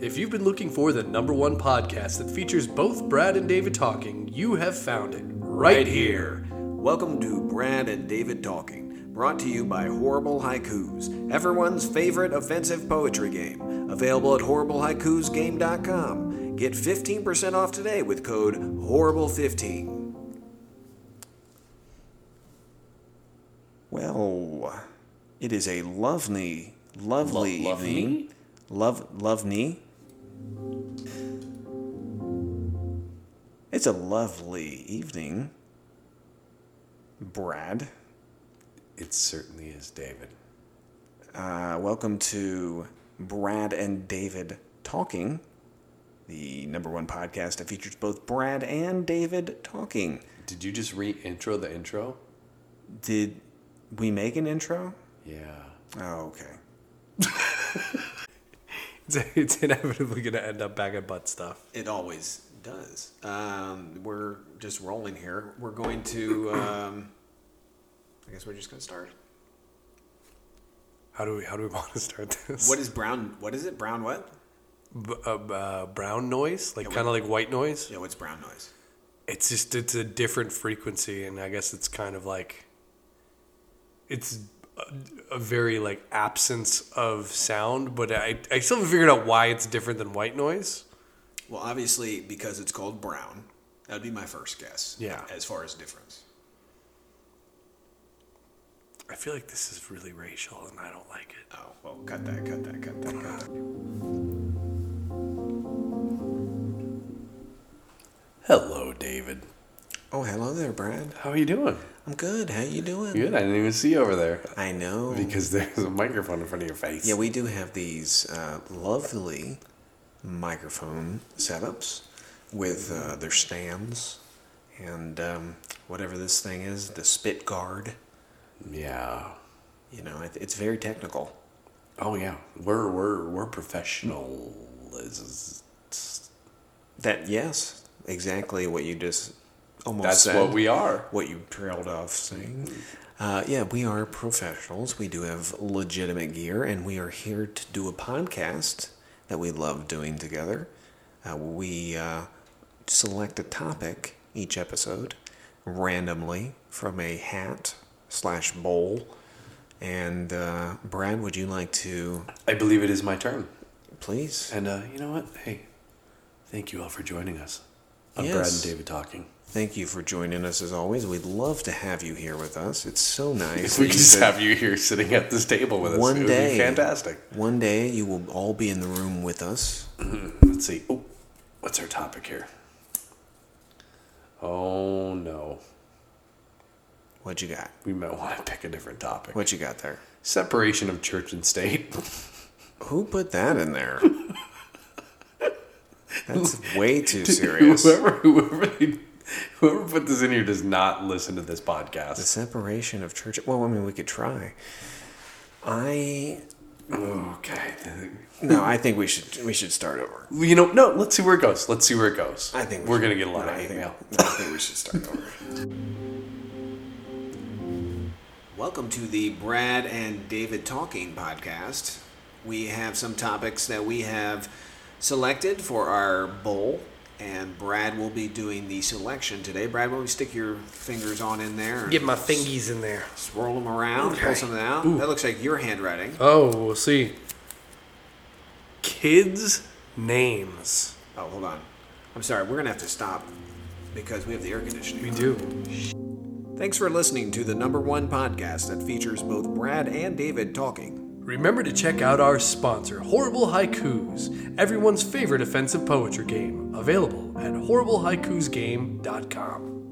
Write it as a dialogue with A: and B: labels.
A: If you've been looking for the number one podcast that features both Brad and David talking, you have found it right here.
B: Welcome to Brad and David Talking, brought to you by Horrible Haikus, everyone's favorite offensive poetry game. Available at horriblehaikusgame.com. Get 15% off today with code HORRIBLE15. Well, it is a lovely, lovely
C: Lo- lovely?
B: evening. Love, lovely. It's a lovely evening. Brad.
A: It certainly is, David.
B: Uh, welcome to Brad and David Talking, the number one podcast that features both Brad and David talking.
A: Did you just re intro the intro?
B: Did we make an intro?
A: Yeah.
B: Oh, okay.
A: It's, it's inevitably going to end up back at butt stuff.
B: It always does. Um, we're just rolling here. We're going to. Um, I guess we're just going to start.
A: How do we how do we want to start this?
B: What is brown? What is it? Brown what?
A: B- uh, uh, brown noise? Like kind of like white noise?
B: No, it's brown noise.
A: It's just it's a different frequency, and I guess it's kind of like it's a, a very like absence of sound, but I I still haven't figured out why it's different than white noise.
B: Well, obviously, because it's called brown, that would be my first guess.
A: Yeah.
B: As far as difference.
A: I feel like this is really racial, and I don't like it.
B: Oh, well, cut that, cut that, cut that, cut that.
A: Hello, David.
B: Oh, hello there, Brad.
A: How are you doing?
B: I'm good. How you doing?
A: Good. I didn't even see you over there
B: I know.
A: because there's a microphone in front of your face.
B: Yeah, we do have these uh, lovely microphone setups with uh, their stands and um, whatever this thing is, the spit guard.
A: Yeah.
B: You know, it, it's very technical.
A: Oh yeah. We're we're we're professionals.
B: That yes, exactly what you just almost
A: That's
B: said.
A: what we are.
B: what you trailed off saying. Uh, yeah, we are professionals. We do have legitimate gear, and we are here to do a podcast that we love doing together. Uh, we uh, select a topic each episode randomly from a hat slash bowl. And uh, Brad, would you like to
A: I believe it is my turn.
B: please?
A: And uh, you know what? Hey, thank you all for joining us. I'm Brad
B: Yes.
A: and David talking.
B: Thank you for joining us as always. We'd love to have you here with us. It's so nice.
A: If
B: that
A: we
B: you
A: could just
B: could-
A: have you here sitting at this table with us, it
B: One
A: would
B: day,
A: be fantastic.
B: One day you will all be in the room with us.
A: Let's see. Oh, what's our topic here? Oh no,
B: What you got?
A: we might want to pick a different topic.
B: What you got there?
A: Separation of church and state.
B: Who put that in there? That's way too serious. The
A: whoever, whoever, they- whoever put this in here does not listen to this podcast.
B: separation of church. Well, I mean, we could try. I
A: Okay.
B: no, I think we should we should start over.
A: You know, no. Let's see where it goes. Let's see where it goes.
B: I think we
A: we're
B: should-
A: gonna get a lot
B: no,
A: of
B: I
A: hate
B: think-
A: mail.
B: no, I think we should start over.
D: Welcome to the Brad and David Talking podcast. We have some topics that we have selected for our bowl, and Brad will be doing the selection today. Brad, why don't you stick your fingers on in there? and
A: fingies in there.
D: Swirl them around, pull something out. That looks like your handwriting.
A: Oh, we'll see. Kids' names.
D: Oh, hold on. I'm sorry, we're going to have to stop because we have the air conditioning.
A: We do.
D: Thanks for listening to the number one podcast that features both Brad and David talking.
A: Remember to check out our sponsor, Horrible Haikus, everyone's favorite offensive poetry game, available at horriblehaikusgame.com.